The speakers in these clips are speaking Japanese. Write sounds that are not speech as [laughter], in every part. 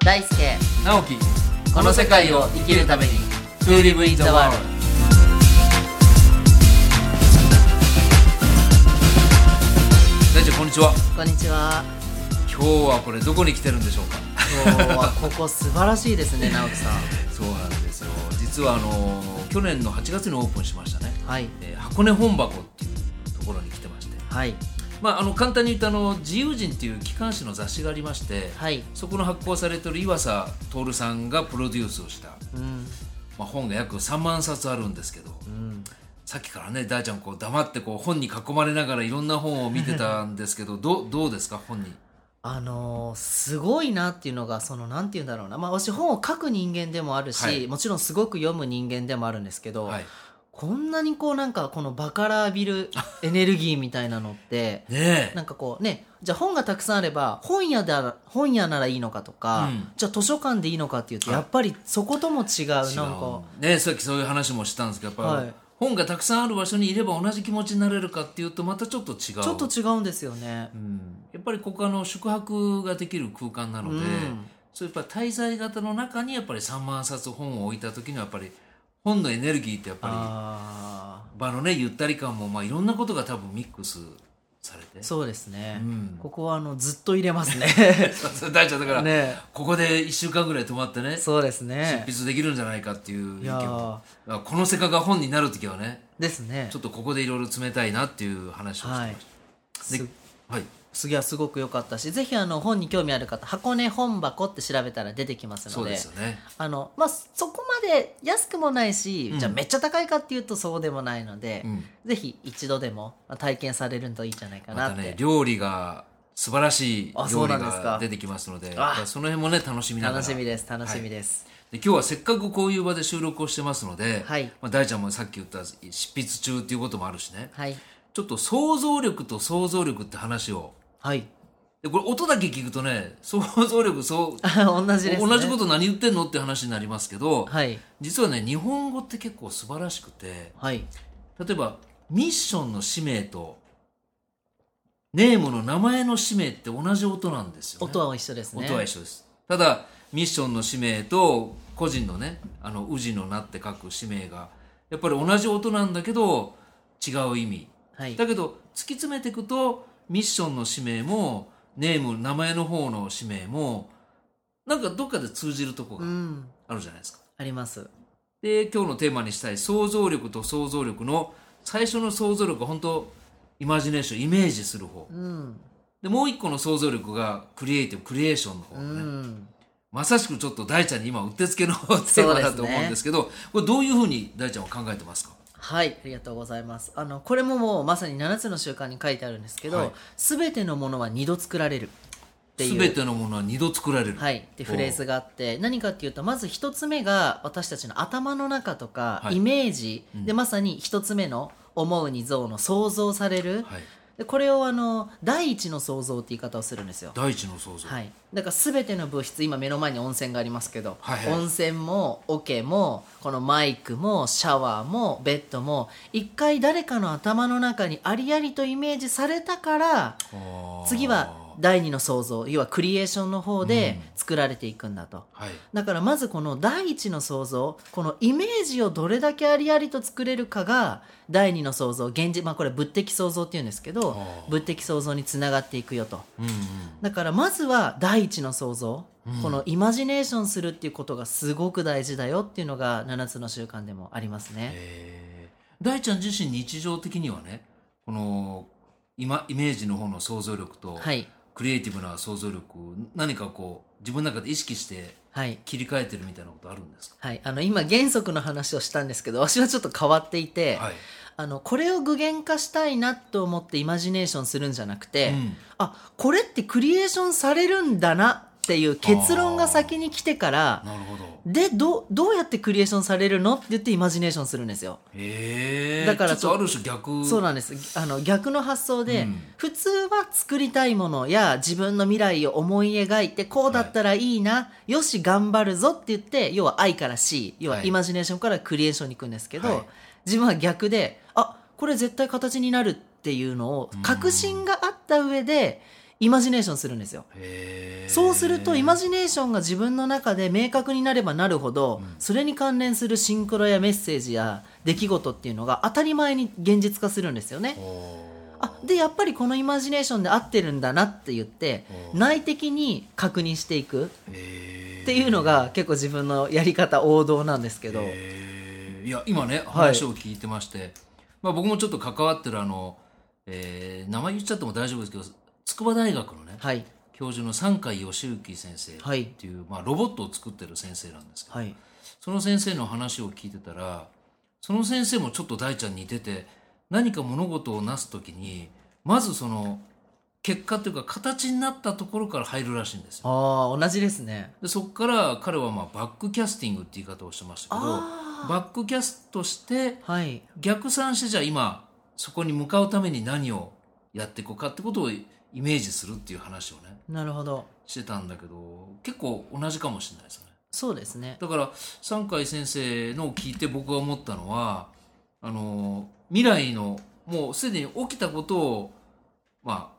大輔直樹この世界を生きるために To live in the world 大ちゃんこんにちはこんにちは今日はこれどこに来てるんでしょうか今日はここ素晴らしいです [laughs] ね直樹さん [laughs] そうなんですよ実はあのー去年の8月にオープンしましたね、はいえー箱根本箱っていうところに来てましてはいまああの簡単に言うとあの自由人っていう機関誌の雑誌がありまして、はいそこの発行されてる岩佐徹さんがプロデュースをした、うんまあ、本が約3万冊あるんですけど、うんさっきからね大ちゃんこう黙ってこう本に囲まれながらいろんな本を見てたんですけどどうどうですか本にあのーすごいなっていうのがそのなんて言うんだろうなまあ私本を書く人間でもあるし、はいもちろんすごく読む人間でもあるんですけど、はいこんなにこうなんかこのバから浴び [laughs] るエネルギーみたいなのってねえなんかこうねじゃあ本がたくさんあれば本屋だ本屋ならいいのかとか、うんじゃあ図書館でいいのかっていうとはいやっぱりそことも違うなん違かうねえさっきそういう話もしたんですけどやっぱ、はい本がたくさんある場所にいれば同じ気持ちになれるかっていうとまたちょっと違うちょっと違うんですよね。うんやっぱりここあの宿泊ができる空間なので、うんそうやっぱ滞在型の中にやっぱり3万冊本を置いた時にはやっぱり本のエネルギーってやっぱあり場のねゆったり感もまあいろんなことが多分ミックスされてーそうですね、うんここはあのずっと入れますね [laughs] そうそう大ちゃんだから、ねここで1週間ぐらい泊まってねそうですね執筆できるんじゃないかっていう意い見やーもだからこの世界が本になる時はねですねちょっとここでいろいろ詰めたいなっていう話をしてまはいした、すではい次はすごく良かったしぜひあの本に興味ある方箱根本箱って調べたら出てきますそのうでですよねあのまあ、そこまで安くもないし、うんじゃあめっちゃ高いかっていうとそうでもないので、うんぜひ一度でもまあ体験されるといいんじゃないかなまったて、ね料理が素晴らしいあそ料う理なんですがか出てきますのであその辺もね楽しみながら楽しみです楽しみです、で今日はせっかくこういう場で収録をしてますので、はいまあ、大ちゃんもさっき言った執筆中っていうこともあるしねはいちょっと想像力と想像力って話をはい、でこれ音だけ聞くとね想像力そう [laughs] 同じです、ね、同じこと何言ってんのって話になりますけど、はい実はね日本語って結構素晴らしくてはい例えばミッションの使命とネームの名前の使命って同じ音なんですよ、ね、音は一緒ですね音は一緒ですただミッションの使命と個人のねあの宇治の名って書く使命がやっぱり同じ音なんだけど違う意味はいだけど突き詰めていくとミッションの使命もネーム名前の方の使命もなんかどっかで通じるとこうがんあるじゃないですか。ありますで今日のテーマにしたい想像力と想像力の最初の想像力は本当イマジネーションイメージする方うんでもう一個の想像力がクリエイティブクリエーションの方うね、んまさしくちょっと大ちゃんに今うってつけのテーマだと思うんですけどこれどういうふうに大ちゃんは考えてますかはいありがとうございますあのこれももうまさに7つの習慣に書いてあるんですけはどい「す、べ、てのものは二度作られる」っていう全てのものは二度作られる、はい、ってフレーズがあって何かっていうとまず一つ目が私たちの頭の中とか、はいイメージで、まさに一つ目の「思うに像」の想像される、はい、でこれをあの第一の想像って言い方をするんですよ。第一の想像、はい、だから全ての物質今目の前に温泉がありますけど、はいはい温泉も桶もこのマイクもシャワーもベッドも一回誰かの頭の中にありありとイメージされたからあー次は第二の創造要はクリエーションの方で作られていくんだと。はいだからまずこの第一の想像このイメージをどれだけありありと作れるかが第二の想像現実まあこれ物的想像っていうんですけどあー物的想像につながっていくよとうんうんだからまずは第一の想像、うんこのイマジネーションするっていうことがすごく大事だよっていうのが7つの習慣でもありますね。えー大ちゃん自身日常的にはねこの今イメージの方の想像力と、はいクリエイティブな想像力何かこう自分の中で意識してはい切り替えてるみたいなことあるんですかはい、あの今原則の話をしたんですけど私はちょっと変わっていて、はい、あのこれを具現化したいなと思ってイマジネーションするんじゃなくて、うんあこれってクリエーションされるんだなっていう結論が先に来てからなるほどでどどうやってクリエーションされるのって言ってイマジネーションするんですよ。へえだからちょっとある種逆そうなんですあの逆の発想で、うん普通は作りたいものや自分の未来を思い描いてこうだったらいいな、よし頑張るぞって言って要は愛から C 要ははいイマジネーションからクリエーションに行くんですけど、はい自分は逆であこれ絶対形になるっていうのを確信があった上でイマジネーションするんですよ。へーそうするとイマジネーションが自分の中で明確になればなるほど、うんそれに関連するシンクロやメッセージや出来事っていうのが当たり前に現実化するんですよね。あでやっぱりこのイマジネーションで合ってるんだなって言ってお内的に確認していくっへーていうのが結構自分のやり方王道なんですけど、えーいや今ね話を聞いてまして、まあ、僕もちょっと関わってるあの、えー名前言っちゃっても大丈夫ですけど筑波大学のねはい教授の三海義行先生っはいていう、まあ、ロボットを作ってる先生なんですけど、はいその先生の話を聞いてたらその先生もちょっと大ちゃんに似てて何か物事をなす時にまずその結果というか形になったところから入るらしいんですよ。ああ同じですねでそこから彼はまあバックキャスティングって言い方をしてましたけどあバックキャストしてはい逆算してじゃあ今そこに向かうために何をやっていこうかってことをイメージするっていう話をねなるほどしてたんだけど結構同じかもしれないですねそうですねだから三海先生のを聞いて僕が思ったのはあの未来のもうすでに起きたことをま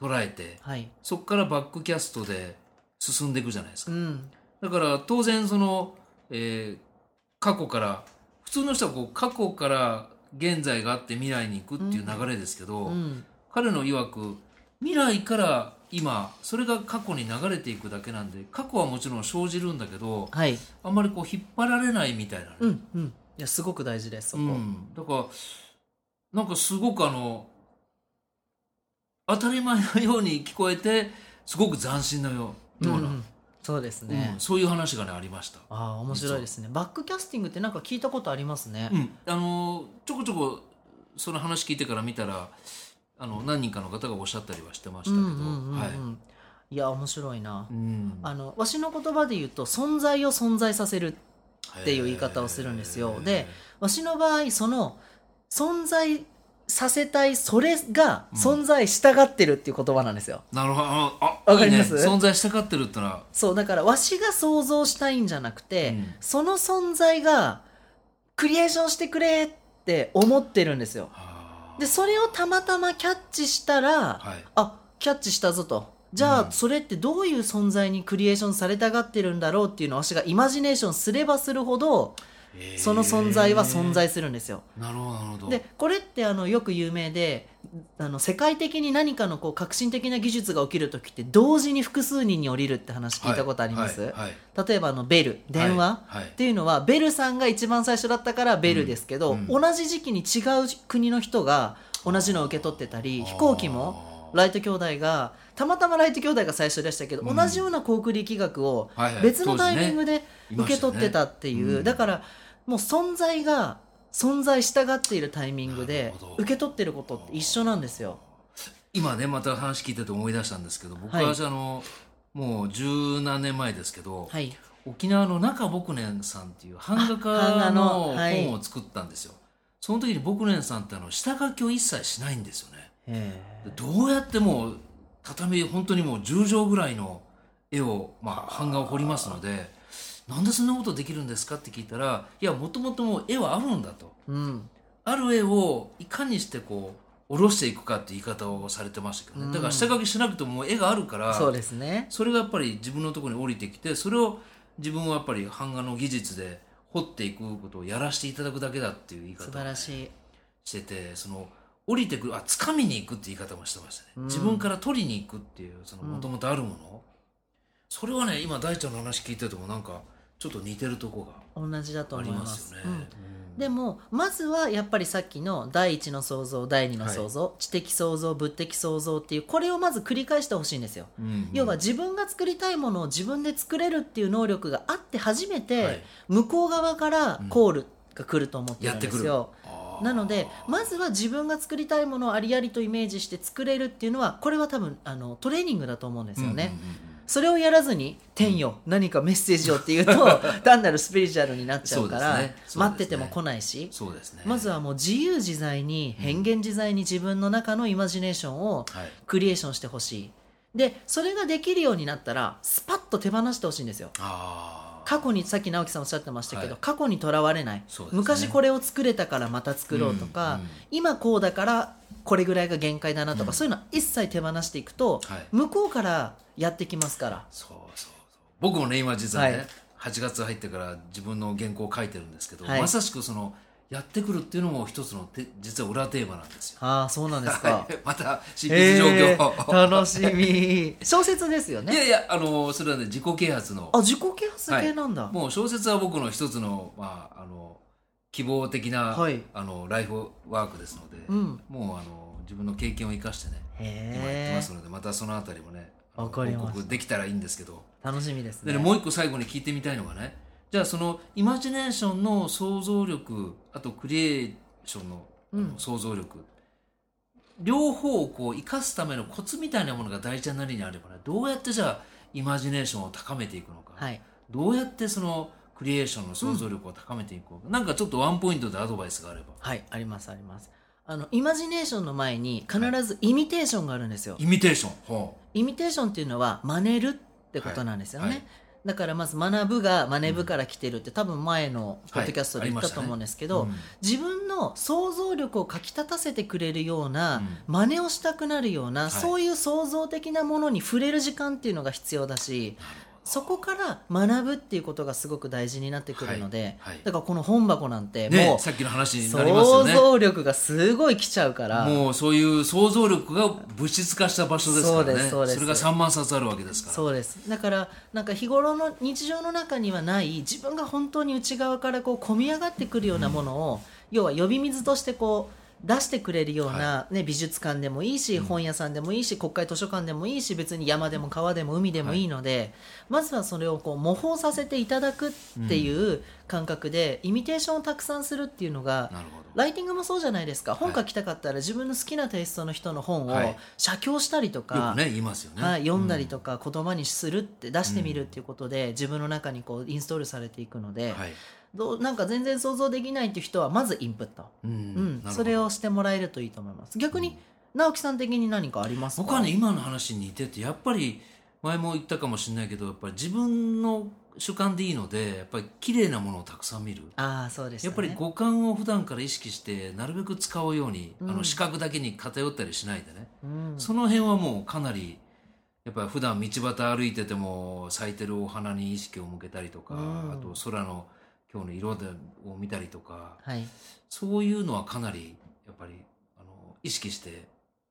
あ捉えてはいそこからバックキャストで進んでいくじゃないですかうんだから当然その、えー過去から普通の人はこう過去から現在があって未来に行くっていう流れですけど、うん彼の曰く未来から今それが過去に流れていくだけなんで過去はもちろん生じるんだけどはいあんまりこう引っ張られないみたいなね、うんうんいやすごく大事ですそこ、うんだからなんかすごくあの当たり前のように聞こえてすごく斬新なようような、うんそうですね、うんそういう話がねありました。ああ面白いですねバックキャスティングってなんか聞いたことありますね、うん、あのちょこちょこその話聞いてから見たらあの何人かの方がおっしゃったりはしてましたけうんど、うんうんうんはい、いや面白いなう、んあのわしの言葉で言うと存在を存在させるていう言い方をするんですよでわしの場合その存在させたいそれが存在したがってるっていう言葉なんですよ、なるほどああわかりますいいね、存在したがってるってのはそうだからわしが想像したいんじゃなくて、うんその存在がクリエーションしてくれって思ってるんですよあーでそれをたまたまキャッチしたら、はいあキャッチしたぞとじゃうんあそれってどういう存在にクリエーションされたがってるんだろうっていうのを私がイマジネーションすればするほどへーその存在は存在するんですよ。なるほどなるほどでこれってあのよく有名であの世界的に何かのこう革新的な技術が起きる時って同時に複数人に降りるって話聞いたことあります、はいはいはい例えばあのベル電話、はいはいっていうのはベルさんが一番最初だったからベルですけど、うん同じ時期に違う国の人が同じのを受け取ってたり飛行機もライト兄弟がたまたまライト兄弟が最初でしたけど、うん同じような航空力学をはいはい別のタイミングで当時ね受け取ってたっていう、いましたねうんだからもう存在が存在したがっているタイミングなでるほど受け取ってることって一緒なんですよ。今ねまた話聞いてて思い出したんですけど僕は、はいあのもう十何年前ですけど、はい、沖縄の中牧年さんっていう版あ画家版画ののはい本を作ったんですよ、その時に牧年さんってあの下書きを一切しないんですよねでどうやってもう畳本当にもう10畳ぐらいの絵を、まあ、版画を彫りますのでなんでそんなことできるんですかって聞いたらいやもともともう絵はあるんだとうん、ある絵をいかにしてこう下ろしていくかって言い方をされてましたけどね、だから下書きしなくてももう絵があるからそうですね。それがやっぱり自分のところに降りてきてそれを自分はやっぱり版画の技術で彫っていくことをやらせていただくだけだっていう言い素方晴をらしい。しててその降りてくるあ掴みに行くって言い方もしてましたね、うん自分から取りに行くっていうそのもともとあるもの、それはね今大ちゃんの話聞いててもなんかちょっと似てるとこ同じだとがあ思いりまますす。よね。うんでもまずはやっぱりさっきの第一の創造第二の創造、知的創造物的創造っていうこれをまず繰り返してほしいんですよ、うんうん要は自分が作りたいものを自分で作れるっていう能力があって初めはてい向こう側からコールが来ると思ってるんですやっよ、なのでまずは自分が作りたいものをありありとイメージして作れるっていうのはこれは多分あのトレーニングだと思うんですよね、うんうんうんそれをやらずに「天よ、何かメッセージを」っていう [laughs] と単なるスピリチュアルになっちゃうからそうですねそうですね待ってても来ないし、そうですねまずはもう自由自在に変幻自在に自分の中のイマジネーションをはいクリエーションしてほしいでそれができるようになったらスパッと手放してほしいんですよあー過去にさっき直樹さんおっしゃってましたけど、はい過去にとらわれない、そうですね昔これを作れたからまた作ろうとか、うんうん今こうだからこれぐらいが限界だなとか、そういうのは一切手放していくと、はい向こうからやってきますからそうそうそう僕もね今実はね、はい8月入ってから自分の原稿を書いてるんですけど、はいまさしくそのやってくるっていうのも一つのて実は裏テーマなんですよ。ああそうなんですかはい [laughs] また執筆状況、えー楽しみ小説ですよ [laughs] いねやいやあのそれはね自己啓発のあ自己啓発系なんだ、もう小説は僕の一つの,、まあ、あの希望的な、はいあのライフワークですので、うんもうあの自分の経験を生かしてね今やってへえますのでまたそのあたりもねあのわかりました報告できたらいいんですけど。楽しみですでねねもう一個最後に聞いてみたいのがねじゃあそのイマジネーションの想像力あとクリエーションのあうんの想像力、両方をこう生かすためのコツみたいなものが大事なりにあればねどうやってじゃあイマジネーションを高めていくのか、はいどうやってそのクリエーションの想像力を高めていこうか、なんかちょっとワンポイントでアドバイスがあればはいありますありますあのイマジネーションの前に必ずイミテーションがあるんですよ、イミテーションほイミテーションっていうのは真似るってことなんですよね、はいはいだからまず学ぶが真似ぶから来てるって、多分前のポッドキャストで言ったと思うんですけうど、うん自分の想像力をかき立たせてくれるような、うん真似をしたくなるような、いそういう創造的なものに触れる時間っていうのが必要だしそこから学ぶっていうことがすごく大事になってくるので、はいはいだからこの本箱なんてもねう、さっきの話になりますよ想ね像力がすごい来ちゃうからもうそういう想像力が物質化した場所ですかそらうねですそうですれが3万冊あるわけですからそうですだからなんか日頃の日常の中にはない自分が本当に内側からこう込み上がってくるようなものを、要は呼び水としてこう出してくれるような、ね美術館でもいいし、本屋さんでもいいし国会図書館でもいいし別に山でも川でも海でもいいので、まずはそれをこう模倣させていただくっていう感覚で、イミテーションをたくさんするっていうのがなるほどライティングもそうじゃないですか本書きたかったら自分の好きなテイストの人の本はをい写経したりとか、よくね言いますよね、はい、読んだりとか言葉にするって出してみるっていうことで、自分の中にこうインストールされていくので、はいどうなんか全然想像できないっていう人はまずインプット、うんうんなるほどそれをしてもらえるといいと思います逆に、直樹さん的に何かありますか僕はね今の話に似ててやっぱり前も言ったかもしれないけどやっぱり自分の主観でいいのでやっぱり綺麗なものをたくさん見るああそうです、ね、やっぱり五感を普段から意識してなるべく使うように、あうのん視覚だけに偏ったりしないでね、うんその辺はもうかなりやっぱり普段道端歩いてても咲いてるお花に意識を向けたりとか、うんあと空の今日の色でを見たりとかはい、そういうのはかなりやっぱりあの意識して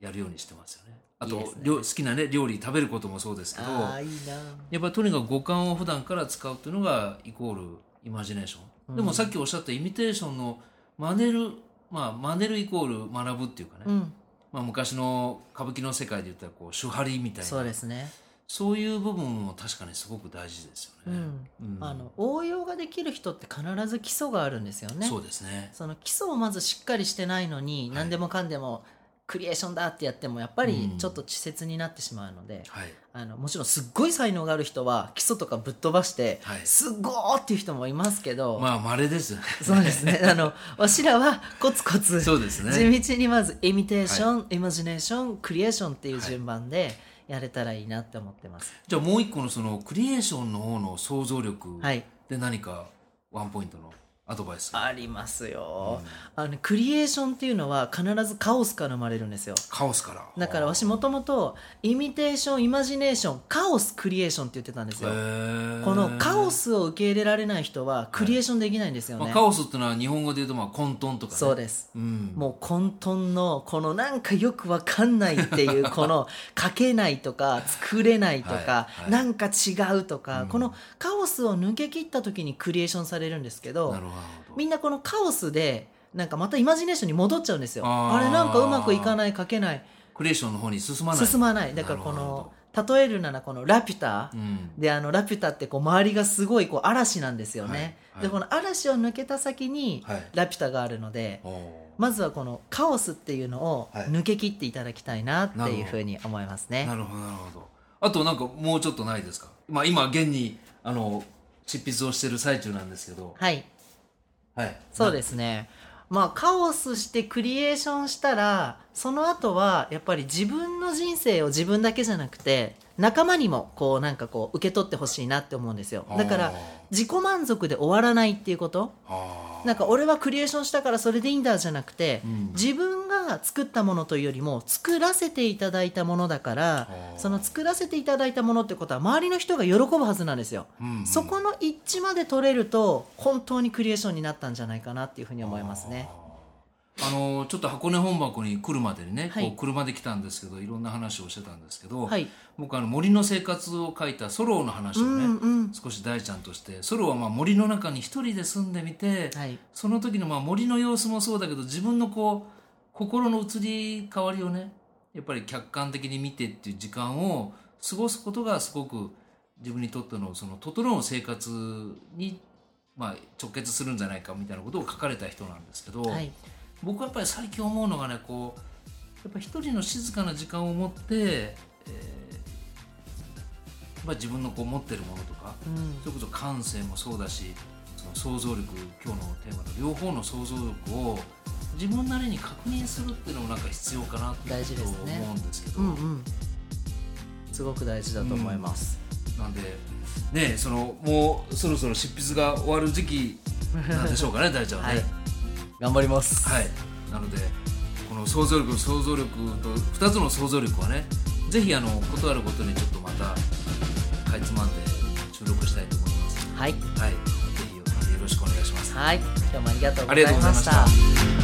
やるようにしてますよね。あといいですね料好きなね料理食べることもそうですけどああやいいなっぱりとにかく五感を普段から使うっていうのがイコールイマジネーション、うんでもさっきおっしゃったイミテーションの真似るまあ真似るイコール学ぶっていうかね、うんまあ、昔の歌舞伎の世界で言ったらこう手張りみたいなそうですね、そういう部分も確かにすごく大事ですうよね。んうんあの応用ができる人って必ず基礎があるんですよねそうですね。その基礎をまずしっかりしてないのに、はい何でもかんでもクリエーションだってやってもやっぱりうんちょっと稚拙になってしまうので、はい、あのもちろんすっごい才能がある人は基礎とかぶっ飛ばして、はいすごーっていう人もいますけど、まあ稀です。 [laughs] そうです [laughs] ねあのわしらはコツコツそうですね。地道にまずイミテーション、イマジネーションクリエーションっていう順番でやれたらいいなって思ってます。じゃあもう一個のそのクリエーションの方の想像力はいで何かワンポイントのアドバイス、ありますよ、あのクリエーションっていうのは必ずカオスから生まれるんですよ。カオスから。だから私もともとイミテーションイマジネーションカオスクリエーションって言ってたんですへよーこのカオ、スを受け入れられない人はクリエーションできないんですよね、まあ、カオスってのは日本語で言うとまあ混沌とか、ね、そうですうん、もう混沌のこのなんかよくわかんないって [laughs] いうこの書けないとか作れないとかはいはいなんか違うとかこのカオスを抜け切った時にクリエーションされるんですけどなるほど。みんなこのカオスでなんかまたイマジネーションに戻っちゃうんですよあーあれなんかうまくいかない書けないクリエーションの方に進まない。進まないだからこの例えるならこの「ラピュタ」うん、であのラピュタってこう周りがすごいこう嵐なんですよね、はいはいでこの嵐を抜けた先にはいラピュタがあるので、おーまずはこのカオスっていうのをはい抜け切っていただきたいなってなるいうほどふうに思いますね、なるほどなるほどあとなんかもうちょっとないですか、まあ、今現にあの執筆をしてる最中なんですけどはいはいそうですねまあカオスしてクリエーションしたらその後はやっぱり自分の人生を自分だけじゃなくて仲間にもこうなんかこう受け取ってほしいなって思うんですよだから自己満足で終わらないっていうことあーあーなんか俺はクリエーションしたからそれでいいんだじゃなくて、うん自分がが作ったものというよりも作らせていただいたものだからあーその作らせていただいたものってことは周りの人が喜ぶはずなんですよ、うんうんそこの一致まで取れると本当にクリエーションになったんじゃないかなっていうふうに思いますねあのちょっと箱根本箱に来るまでにね、はいこう車で来たんですけどいろんな話をしてたんですけど、はい僕あの森の生活を書いたソロの話をうね、んうん少し大ちゃんとしてソロはまあ森の中に一人で住んでみて、はいその時のまあ森の様子もそうだけど自分のこう心の移り変わりをねやっぱり客観的に見てっていう時間を過ごすことがすごく自分にとってのその整う生活に、まあ、直結するんじゃないかみたいなことを書かれた人なんですけど、はい僕はやっぱり最近思うのがねこうやっぱ一人の静かな時間を持って、えーまあ、自分のこう持ってるものとかうんそれこそ感性もそうだしその想像力今日のテーマの両方の想像力を自分なりに確認するっていうのもなんか必要かなって大事ですね思うんですけどうんうんすごく大事だと思います、なんでねそのもうそろそろ執筆が終わる時期なんでしょうかね大ちゃんは [laughs] はねい。頑張りますはい、なのでこの想像力想像力と2つの想像力はねぜひあのことあることにちょっとまたかいつまんで収録したいと思いますはいはいぜひよろしくお願いしますはい、どうもありがとうごあざりいがとうござまいまししたた。